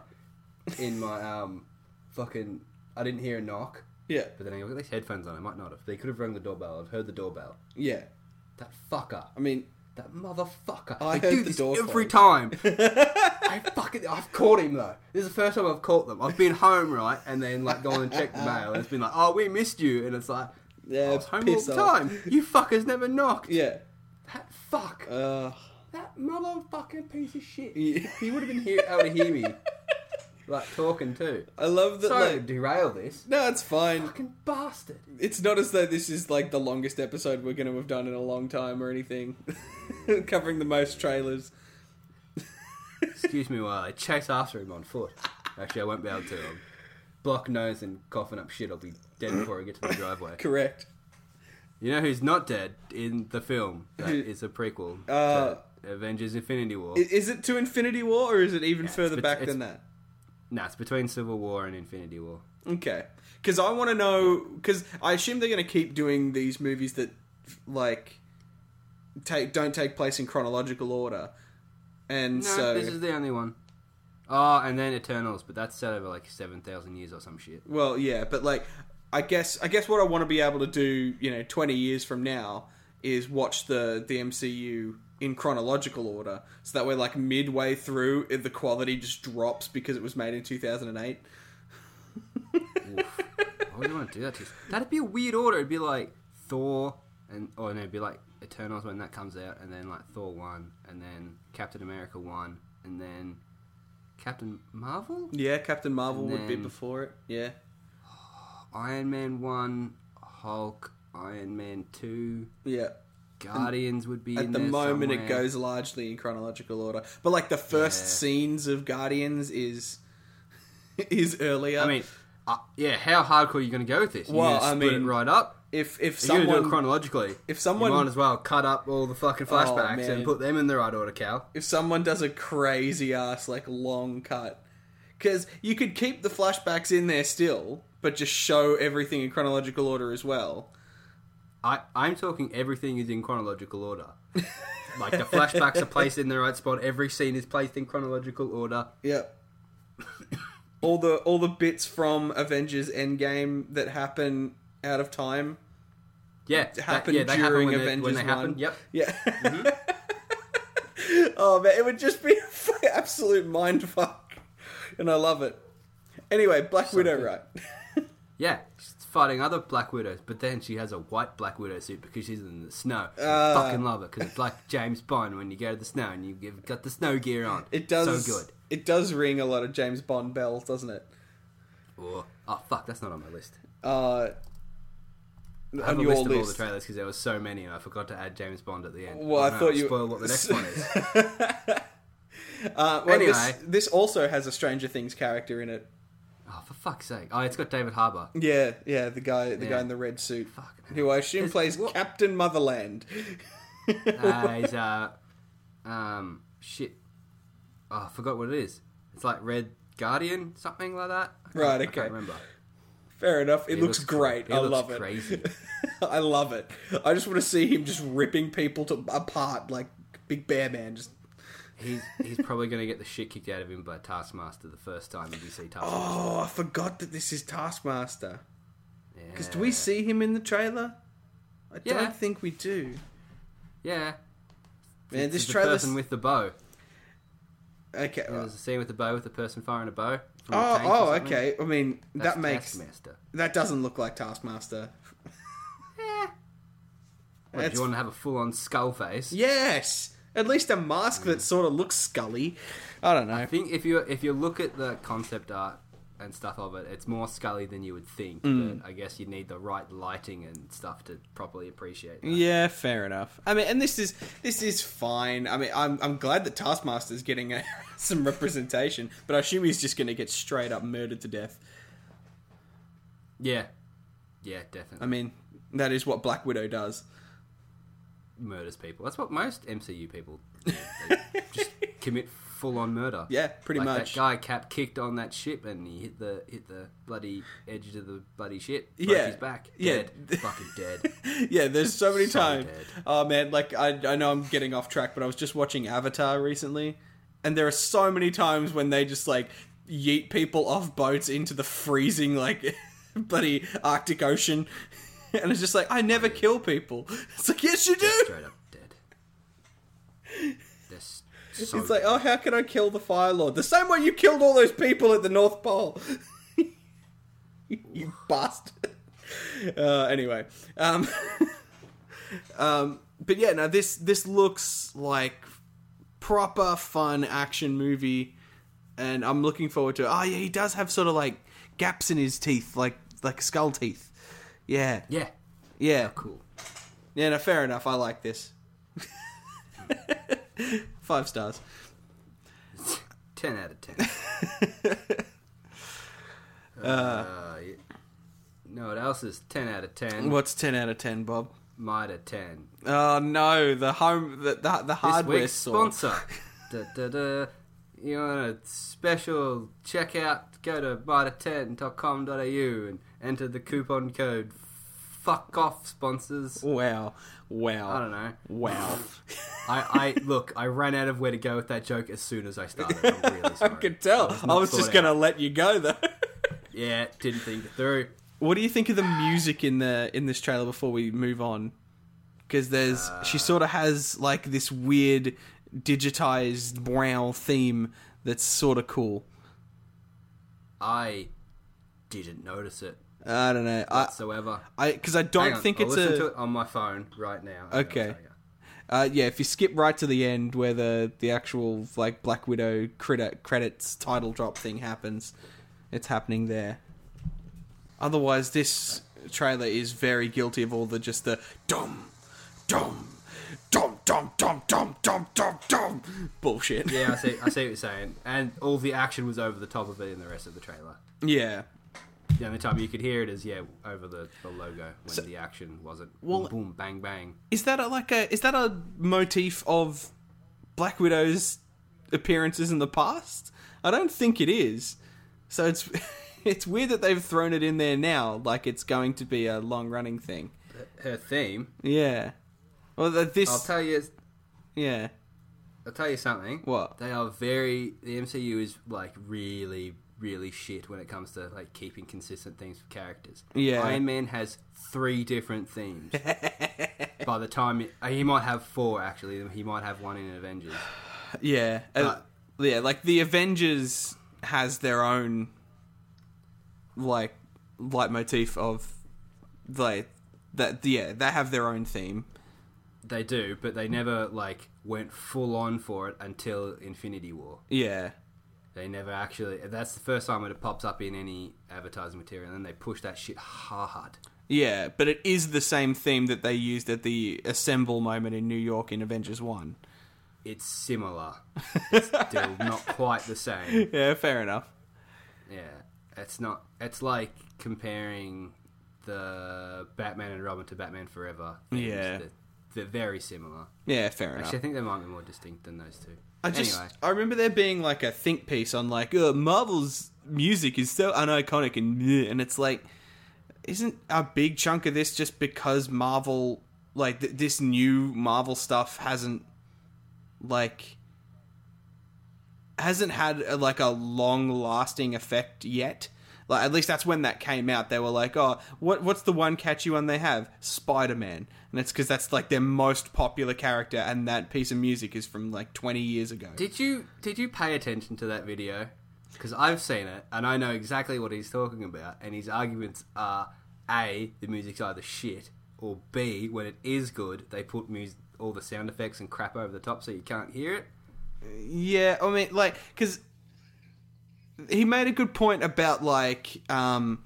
in my um, fucking. I didn't hear a knock. Yeah. But then I got these headphones on. I might not have. They could have rung the doorbell. I've heard the doorbell. Yeah. That fucker. I mean, That motherfucker. I I heard do the this door every close. <laughs> time. I fucking I've caught him though. This is the first time I've caught them. I've been home right, and then like gone and checked the mail, and it's been like, oh, we missed you, and it's like, Yeah, I was home all piss the off. time. You fuckers never knocked. Yeah. That fuck. Uh, <laughs> that motherfucking piece of shit. Yeah. He would have been here able to hear me, like talking too. I love that. Sorry to like, derail this. no, it's fine. Fucking bastard. It's not as though this is like the longest episode we're going to have done in a long time or anything, <laughs> covering the most trailers. Excuse me while I chase after him on foot. Actually, I won't be able to. Um, block nose and coughing up shit. I'll be dead before I get to the driveway. Correct. You know who's not dead in the film? That is a prequel. to Uh, Avengers Infinity War. I- Is it to Infinity War or is it even further bet- back it's- than that? nah, it's between Civil War and Infinity War. Okay. Because I want to know. Because I assume they're going to keep doing these movies that, like, take don't take place in chronological order. And No, so. this is the only one. Oh, and then Eternals, but that's set over like 7,000 years or some shit. Well, yeah, but like, I guess I guess what I want to be able to do, you know, twenty years from now, is watch the the MCU in chronological order, so that way, like midway through, it- the quality just drops because it was made in two thousand and eight. Oof. I wouldn't want to do that to That'd be a weird order. It'd be like Thor, and or no, it'd be like Eternals when that comes out, and then like Thor 1, and then Captain America 1, and then Captain Marvel? Yeah, Captain Marvel And would be then- before it. Yeah, Iron Man 1, Hulk, Iron Man 2, yeah. Guardians would be At in the there moment, it somewhere. goes largely in chronological order, but like the first Yeah. scenes of Guardians is <laughs> is earlier. I mean, uh, yeah, how hardcore are you going to go with this? Well, you I gonna split mean, it right up? if if You're going to do it someone chronologically. if someone- Oh, You might as well cut up all the fucking flashbacks man. and put them in the right order, Cal. if someone does a crazy ass like long cut because you could keep the flashbacks in there still but just show everything in chronological order as well I, I'm talking everything is in chronological order. like the flashbacks are placed in the right spot. Every scene is placed in chronological order. yep all the all the bits from avengers endgame that happen out of time Yeah, happen yeah, they happen during when they, avengers when they happen. 1. Yep. Mm-hmm. yeah <laughs> oh man it would just be an absolute mind fuck and i love it anyway black widow good. right Yeah, she's fighting other Black Widows, but then she has a white Black Widow suit because she's in the snow. Ah. I fucking love it because it's like James Bond when you go to the snow and you've got the snow gear on. it does so good. it does ring a lot of james bond bells doesn't it Oh, oh, fuck, that's not on my list. uh, I on have a your list, of list. all the trailers because there were so many and I forgot to add James Bond at the end. Well, Oh, I no, thought you spoil what the <laughs> next one is. Uh, well, Anyway. this, this also has a Stranger Things character in it. Oh, for fuck's sake! Oh, it's got David Harbour. Yeah, yeah, the guy, the guy Yeah. in the red suit, <laughs> Fucking hell. who I assume Is- plays what- Captain Motherland. uh, is uh, um, shit. Oh, I forgot what it is. It's like Red Guardian, something like that. I can't- Right, I okay. can't remember. Fair enough. It, It looks, looks cool. great. It I looks love it. crazy. <laughs> I love it. I just want to see him just ripping people to apart like Big Bear Man. Just He's he's probably gonna get the shit kicked out of him by Taskmaster the first time that we see Taskmaster. oh, I forgot that this is Taskmaster. Yeah. Because do we see him in the trailer? I Yeah. don't think we do. Yeah. Man, this the trailer. person with the bow. Okay. uh, There was a scene with the bow with the person firing a bow. from a Oh, tank or oh, something. okay. I mean, That's that makes Taskmaster. that doesn't look like Taskmaster. What, do That's- you want to have a full-on skull face? Yes, at least a mask Hmm. that sort of looks Scully. I don't know. I think if you if you look at the concept art and stuff of it, it's more Scully than you would think. Mm. But I guess you need the right lighting and stuff to properly appreciate. That. Yeah, fair enough. I mean, and this is this is fine. I mean, I'm I'm glad that Taskmaster's getting uh <laughs> some representation, but I assume he's just going to get straight up murdered to death. Yeah, yeah, I definitely mean, that is what Black Widow does. murders people. That's what most MCU people do. <laughs> They just commit full-on murder. Yeah, pretty like much. That guy Cap kicked on that ship and he hit the hit the bloody edge of the bloody ship. Broke Yeah. his back. Yeah. Dead. <laughs> Fucking dead. <laughs> yeah, there's so many So times. dead. Oh man, like I, I know I'm getting off track, but I was just watching Avatar recently, and there are so many times when they just like yeet people off boats into the freezing like <laughs> bloody Arctic Ocean, <laughs> and it's just like I never kill people. It's like yes you do. <laughs> Straight up dead. so It's like, oh, how can I kill the Fire Lord? The same way you killed all those people at the North Pole. <laughs> you bastard. Uh, anyway, um, <laughs> um, but yeah, no, this this looks like proper fun action movie, and I'm looking forward to. it. Oh yeah, he does have sort of like gaps in his teeth, like like skull teeth. Yeah, yeah, yeah, cool. yeah. No, fair enough. I like this. <laughs> Five stars. Ten out of ten. <laughs> uh, you know what else is ten out of ten? What's ten out of ten, Bob? Mida ten. Oh no, the home the the, the This hardware week's store. sponsor. <laughs> da, da, da. You want a special checkout? Go to mida10.com.au and enter the coupon code. Fuck off, sponsors. Wow, wow, I don't know. <laughs> wow. I, I look. I ran out of where to go with that joke as soon as I started. I'm <laughs> really I sorry. could tell. I not was just thought gonna let you go though. <laughs> Yeah, didn't think it through. what do you think of the music in the in this trailer before we move on? Because there's Uh. she sort of has like this weird digitized brown theme that's sort of cool. I didn't notice it I don't know. I whatsoever. I because I don't Hang on, think I'll it's listen a to it on my phone right now. Hang on, Okay. hang on. Uh, yeah, if you skip right to the end where the, the actual like Black Widow credit credits title drop thing happens, it's happening there. Otherwise, this trailer is very guilty of all the just the dum, dum, dum, dum, dum, dum, dum, dum, dum bullshit. Yeah, I see. I see what you're saying. And all the action was over the top of it in the rest of the trailer. <laughs> yeah. The only time you could hear it is yeah over the, the logo when the action wasn't. Well- boom, boom, bang, bang. Is that a, like a is that a motif of Black Widow's appearances in the past? I don't think it is. So it's <laughs> it's weird that they've thrown it in there now, like it's going to be a long running thing. Her theme. Yeah. Well, that I'll this tell you. yeah I'll tell you something. What? They are very. The MCU is like really, really shit when it comes to like keeping consistent themes for characters. Yeah. Iron Man has three different <laughs> themes. By the time it- he might have four, actually, he might have one in Avengers. yeah uh, yeah like the Avengers has their own like leitmotif of like that yeah they have their own theme. They do, but they never like went full on for it until Infinity War. Yeah. They never actually. That's the first time that it pops up in any advertising material, and they push that shit hard. Yeah, but it is the same theme that they used at the assemble moment in New York in Avengers <laughs> 1. It's similar, <laughs> it's still not quite the same. Yeah, fair enough. Yeah, it's not. It's like comparing the Batman and Robin to Batman Forever. things. Yeah. they're, they're very similar. Yeah, fair enough. Actually, I think they might be more distinct than those two. I just anyway, I remember there being like a think piece on like uh, Marvel's music is so uniconic and meh," and it's like isn't a big chunk of this just because Marvel like th- this new Marvel stuff hasn't like hasn't had uh, like a long lasting effect yet. Like at least that's when that came out. They were like, "Oh, what what's the one catchy one they have? Spider Man," and it's because that's like their most popular character, and that piece of music is from like twenty years ago. did you did you pay attention to that video? Because I've seen it and I know exactly what he's talking about. And his arguments are: a, the music's either shit, or b, when it is good, they put mus all the sound effects and crap over the top so you can't hear it. Yeah, I mean, like, because he made a good point about like um,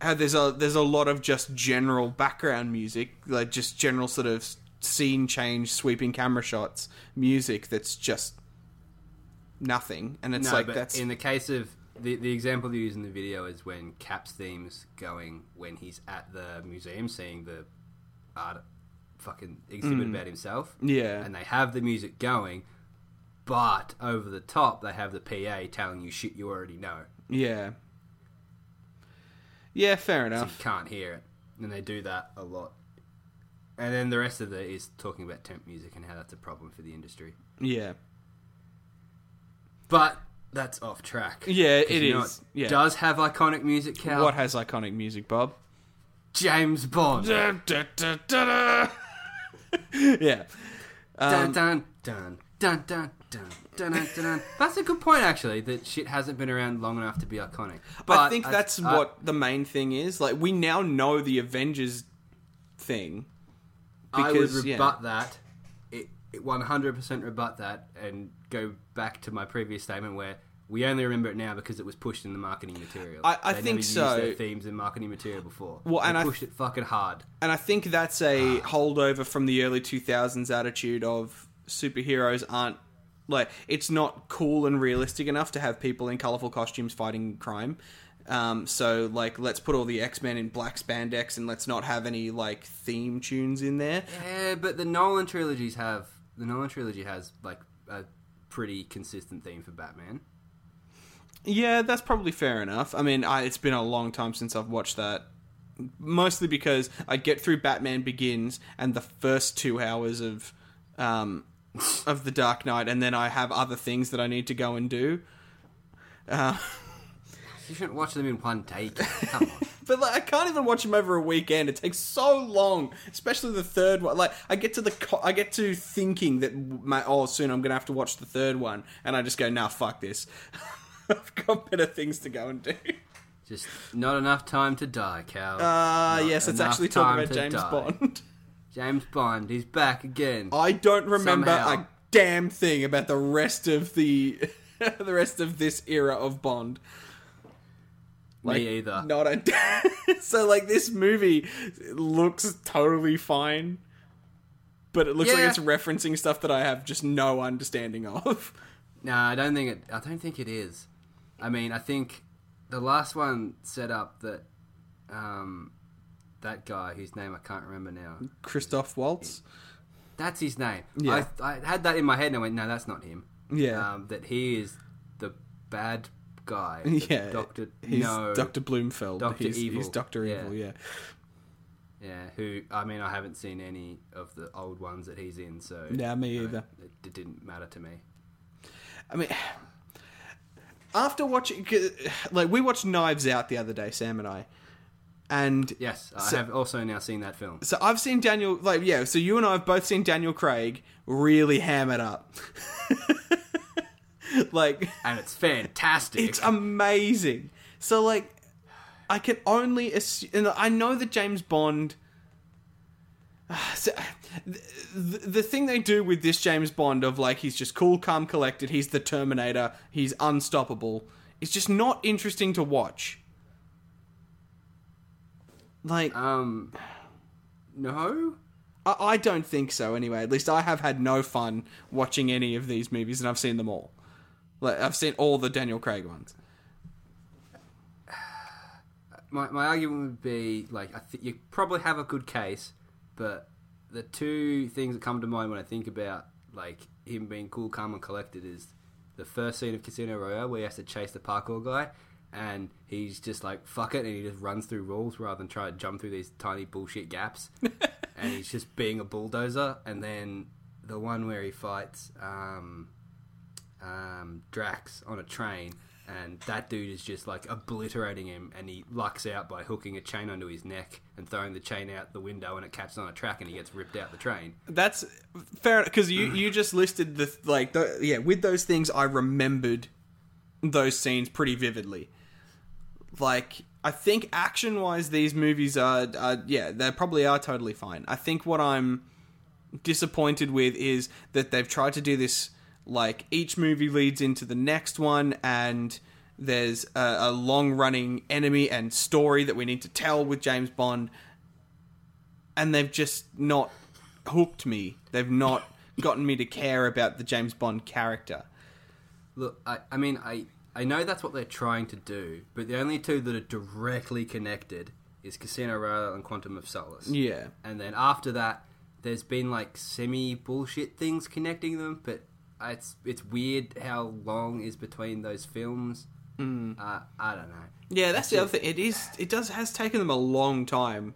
how there's a there's a lot of just general background music, like just general sort of scene change, sweeping camera shots, music that's just nothing, and it's No, like but that's in the case of the the example you use in the video is when Cap's theme's going when he's at the museum seeing the art fucking exhibit about himself. Mm. Yeah. and they have the music going, but over the top they have the PA telling you shit you already know. yeah, yeah, fair So enough. you can't hear it, and they do that a lot. And then the rest of it is talking about temp music and how that's a problem for the industry. Yeah, But that's off track. Yeah, 'Cause it you know is. Yeah. Does have iconic music, Cal? what has iconic <laughs> music, Bob? James Bond. yeah. Um, dun dun dun Dun dun dun dun dun dun. dun. That's a good point, actually. That shit hasn't been around long enough to be iconic. But I think that's I- what the main thing is. Like we now know the Avengers thing. I would yeah. rebut that. It, it 100% rebut that and go back to my previous statement where we only remember it now because it was pushed in the marketing material. I- I They think never so. Used their themes in marketing material before. Well, They and I- pushed it fucking hard. And I think that's Ah. a holdover from the early 2000s attitude of superheroes aren't like it's not cool and realistic enough to have people in colorful costumes fighting crime. Um, so like let's put all the X-Men in black spandex and let's not have any like theme tunes in there. Yeah, but the Nolan trilogies have the Nolan trilogy has like a pretty consistent theme for Batman. Yeah, that's probably fair enough. I mean, I, it's been a long time since I've watched that. Mostly because I get through Batman Begins and the first two hours of um, <laughs> of the Dark Knight, and then I have other things that I need to go and do. You shouldn't watch them in one day. Ken. Come on. But like, I can't even watch them over a weekend. It takes so long, especially the third one. Like, I get to the co- I get to thinking that my oh soon I'm gonna have to watch the third one, and I just go nah fuck this. <laughs> I've got better things to go and do. Just not enough time to die, Cal. Ah, Not yes, it's enough actually time talking about to James die. Bond. <laughs> James Bond, he's back again. I don't remember Somehow. a damn thing about the rest of the <laughs> the rest of this era of Bond. Like, Me either. Not a <laughs> so like this movie looks totally fine, but it looks like Yeah. it's referencing stuff that I have just no understanding of. <laughs> No, I don't think it. I don't think it is. I mean, I think the last one set up that um, that guy whose name I can't remember now. <laughs> Christoph Waltz. That's his name. Yeah. I, I had that in my head and I went, no, that's not him. Yeah. Um, that he is the bad guy. the Yeah, Doctor. He's no. Doctor Bloomfeld. Dr. He's, Evil. he's Doctor Yeah. Evil. Yeah. Yeah. Who? I mean, I haven't seen any of the old ones that he's in, so Yeah, me I- either. It, it didn't matter to me. I mean, <sighs> after watching, 'cause, like, we watched Knives Out the other day, Sam and I, and Yes, I So- have also now seen that film. so I've seen Daniel, like, yeah, so you and I have both seen Daniel Craig really ham it up, <laughs> like, and it's fantastic. it's amazing. So, like, I can only assume, and I know that James Bond. <sighs> So, the, the thing they do with this James Bond of like he's just cool, calm, collected. He's the Terminator. He's unstoppable. It's just not interesting to watch. Like um, no, I, I don't think so. Anyway, at least I have had no fun watching any of these movies, and I've seen them all. Like I've seen all the Daniel Craig ones. my, my argument would be like I th- you probably have a good case, but the two things that come to mind when I think about like him being cool, calm, and collected is the first scene of Casino Royale where he has to chase the parkour guy, and he's just like fuck it, and he just runs through walls rather than try to jump through these tiny bullshit <laughs> gaps, and he's just being a bulldozer. And then the one where he fights. Um, um, Drax on a train, and that dude is just like obliterating him, and he lucks out by hooking a chain onto his neck and throwing the chain out the window, and it catches on a track, and he gets ripped out the train. That's fair because you you just listed the like the, yeah with those things I remembered those scenes pretty vividly. Like I think action wise these movies are, are yeah they probably are totally fine. I think what I'm disappointed with is that they've tried to do this like each movie leads into the next one and there's a, a long running enemy and story that we need to tell with James Bond and they've just not hooked me. They've not gotten me to care about the James Bond character. Look, I, I mean, I, I know that's what they're trying to do, but the only two that are directly connected is Casino Royale and Quantum of Solace. Yeah. And then after that, there's been like semi bullshit things connecting them, but it's it's weird how long is between those films. Mm. Uh, I don't know. Yeah, that's the other thing. It is it does has taken them a long time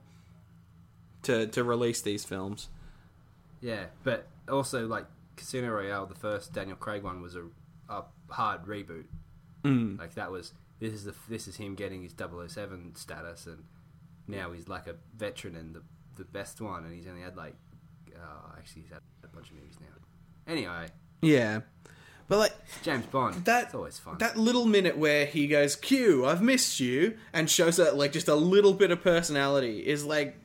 to to release these films. Yeah, but also like Casino Royale, the first Daniel Craig one was a, a hard reboot. Mm. Like that was this is the this is him getting his 007 status, and now he's like a veteran and the uh, the best one, and he's only had like oh, actually he's had a bunch of movies now. Anyway, Yeah. But like James Bond. that That's always fun. That little minute where he goes, "Q, I've missed you," and shows that like just a little bit of personality is like,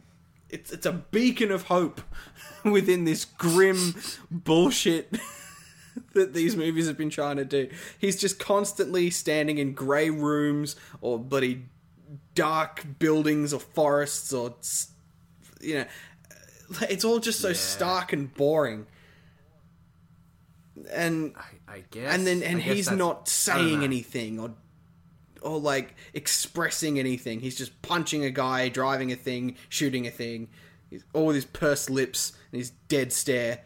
it's it's a beacon of hope <laughs> within this grim bullshit <laughs> that these movies have been trying to do. He's just constantly standing in grey rooms or bloody dark buildings or forests or s- you know, it's all just so stark and boring. And I, I guess. and then I and guess he's that's- not I don't saying know. anything or or like expressing anything. He's just punching a guy, driving a thing, shooting a thing. He's all with his pursed lips and his dead stare.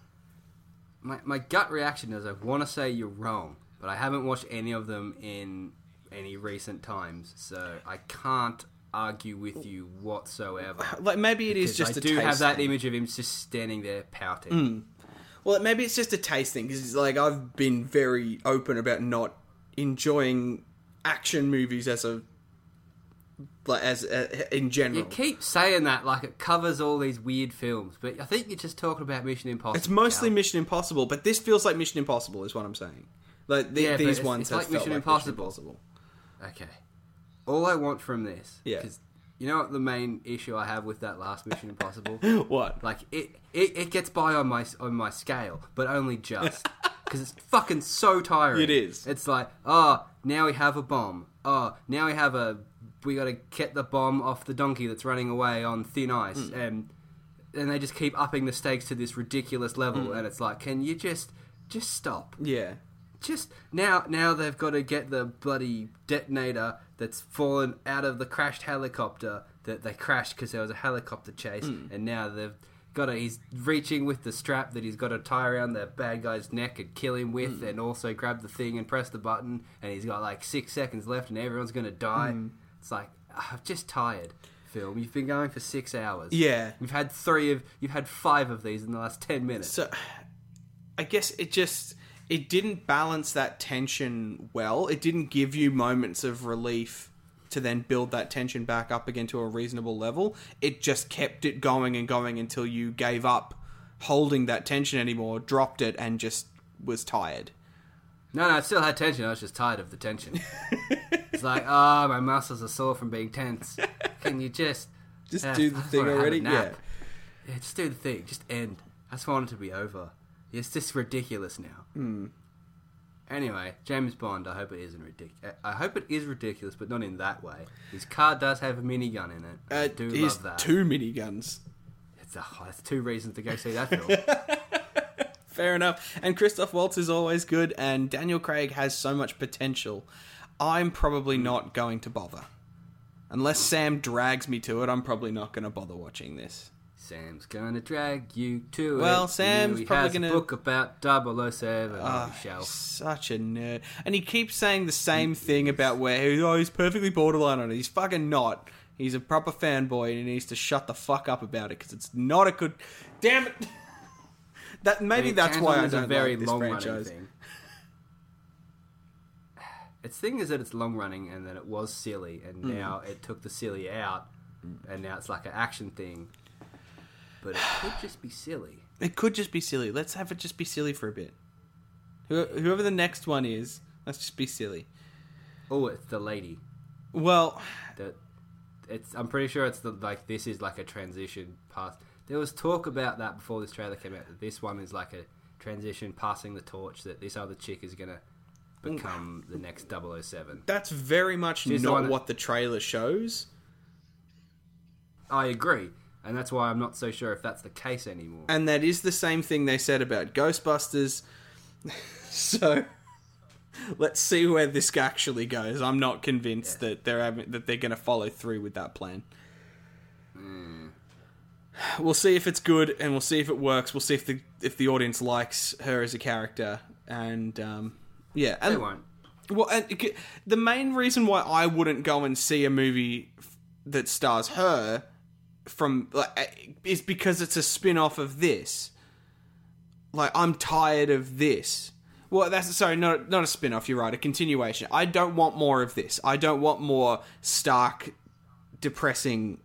<sighs> My, my gut reaction is I want to say you're wrong, but I haven't watched any of them in any recent times, so I can't argue with you whatsoever. Like maybe it is Because just I a do taste have that thing. Hmm. image of him just standing there pouting. Well, maybe it's just a taste thing because like I've been very open about not enjoying action movies as a like as a, in general. You keep saying that like it covers all these weird films, but I think you're just talking about Mission Impossible. It's mostly Cal. Mission Impossible, but this feels like Mission Impossible is what I'm saying. Like the, Yeah, but these it's- ones it's have like felt Mission like Impossible. Mission Impossible. okay. All I want from this, Yeah. you know what the main issue I have with that last Mission Impossible. <laughs> <laughs> What? Like it, it, it gets by on my on my scale, but only <laughs> just because it's fucking so tiring. It is. It's like, oh, now we have a bomb. Oh, now we have a. We gotta get the bomb off the donkey that's running away on thin ice, Hmm. and and they just keep upping the stakes to this ridiculous level, Hmm. and it's like, can you just just stop? yeah. just now now they've got to get the bloody detonator that's fallen out of the crashed helicopter that they crashed because there was a helicopter chase and now they've got to he's reaching with the strap that he's got to tie around the bad guy's neck and kill him with and also grab the thing and press the button and he's got like six seconds left and everyone's gonna die it's like "Ah, i'm just tired film you've been going for six hours Yeah. you've had three of you've had five of these in the last ten minutes So <sighs> I guess it just it didn't balance that tension well. It didn't give you moments of relief to then build that tension back up again to a reasonable level. It just kept it going and going until you gave up holding that tension anymore, dropped it and just was tired. No, no, I still had tension. I was just tired of the <laughs> tension. it's like, ah, my muscles are sore from being tense. Can you just Just uh, do the I just thing wanna have a already? nap. Yeah. yeah, just do the thing. Just end. I just want it to be over. It's just ridiculous now. Hmm. Anyway, James Bond. I hope it isn't ridiculous. I hope it is ridiculous, but not in that way. His car does have a minigun in it. I Uh, do here's love that. two miniguns. It's a, that's two reasons to go see <laughs> that film. Fair enough. And Christoph Waltz is always good, and Daniel Craig has so much potential. I'm probably Hmm. not going to bother. Unless Sam drags me to it, I'm probably not going to bother watching this. Sam's gonna drag you to it. Well, You know Sam's he probably has gonna- a book about 007. Ah, we shall he's such a nerd. And he keeps saying the same Hmm. thing about where he- oh, he's perfectly borderline on it. He's fucking not. He's a proper fanboy and he needs to shut the fuck up about it because it's not a good. Damn it! <laughs> that Maybe mean, that's James why Bond I is don't a very like this long running franchise. thing. Its thing is that it's long running, and that it was silly, and Hmm. now it took the silly out, and now it's like an action thing. But it could just be silly. It could just be silly. Let's have it just be silly for a bit. Who- Whoever the next one is, let's just be silly. Oh, it's the lady. Well, That it's. I'm pretty sure it's the like. This is like a transition past. There was talk about that before this trailer came out. That this one is like a transition passing the torch. That this other chick is gonna become the next 007. that's very much She's the not one that- what the trailer shows. I agree, and that's why I'm not so sure if that's the case anymore. And that is the same thing they said about Ghostbusters. <laughs> so let's see where this actually goes. I'm not convinced that they're having, that they're going to follow through with that plan. Mm. We'll see if it's good, and we'll see if it works. We'll see if the if the audience likes her as a character, and um, yeah, and They won't. Well, and c- the main reason why I wouldn't go and see a movie f- that stars her from like, uh, is because it's a spin-off of this. Like I'm tired of this. Well, that's sorry, not not a spin-off, you're right, a continuation. I don't want more of this. I don't want more stark depressing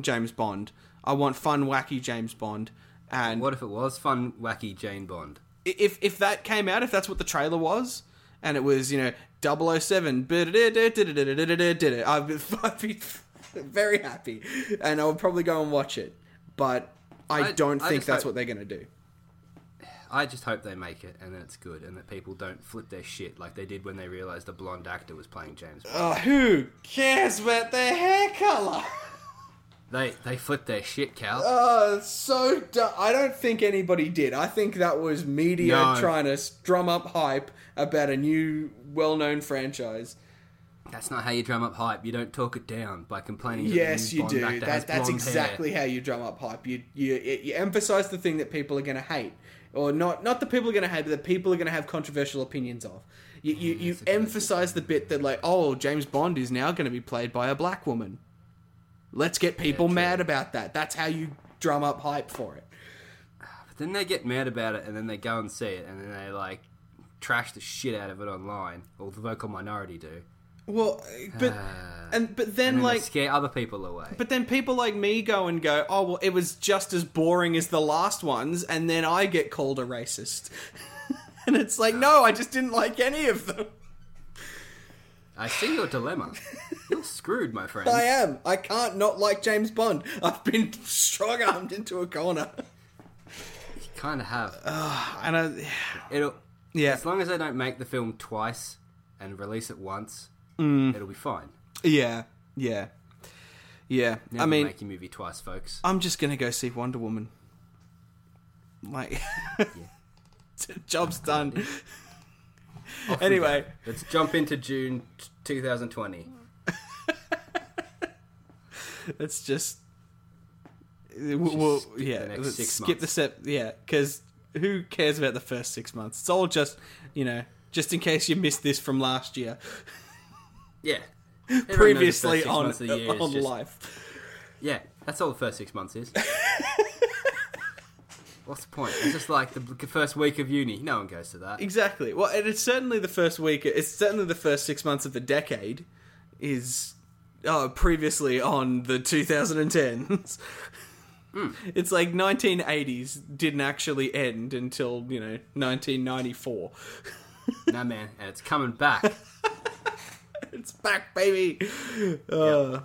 James Bond. I want fun wacky James Bond and What if it was fun, wacky Jane Bond? if if that came out, if that's what the trailer was, and it was you know 007 I'd be, I'd be very happy, and I would probably go and watch it. But I, I- don't I think just that's hope- what they're gonna do. I just hope they make it and that it's good and that people don't flip their shit like they did when they realized a blonde actor was playing James Bond. Oh, who cares about their hair color? They they flipped their shit, Cal. Oh, it's so du- I don't think anybody did. I think that was media No. trying to s- drum up hype about a new, well-known franchise. That's not how you drum up hype. You don't talk it down by complaining. that the Yes, new you Bond do. actor has That, that's blonde hair. exactly how you drum up hype. You you you emphasize the thing that people are going to hate, or not not the people are going to hate, but that people are going to have controversial opinions of. You you, you emphasize the bit that like, oh, James Bond is now going to be played by a black woman. Let's get people mad about that. That's how you drum up hype for it. But then they get mad about it, and then they go and see it, and then they like trash the shit out of it online, or the vocal minority do, Well, but and but then and like like scare other people away. But then people like me go and go, oh, well, it was just as boring as the last ones, and then I get called a racist. <laughs> and it's like, no, I just didn't like any of them. I see your <laughs> dilemma. You're screwed, my friend. I am. I can't not like James Bond. I've been <laughs> strong armed into a corner. You kind of have. And I, It'll Uh, yeah. as long as they don't make the film twice and release it once, Mm. it'll be fine. Yeah. Yeah. Yeah. Never I mean, make your movie twice, folks. I'm just going to go see Wonder Woman. Like, <laughs> job's done. Off we Oh, Anyway. go. let's jump into June t- 2020. Let's just. We'll, we'll- skip the yeah, next let's six skip months. the step. Yeah, because who cares about the first six months? It's all just, you know, just in case you missed this from last year, Yeah. Everyone knows the first previously six on months of the year is on just- life. Yeah, that's all the first six months <laughs> is. What's the point? It's just like the b- first week of uni. No one goes to <laughs> that. Exactly. Well, and it's certainly the first week. It's certainly the first six months of the decade. Is oh, previously on the 2010s. Hmm. It's like 1980s didn't actually end until you know 1994. no, man. And it's coming back. It's back, baby. Uh,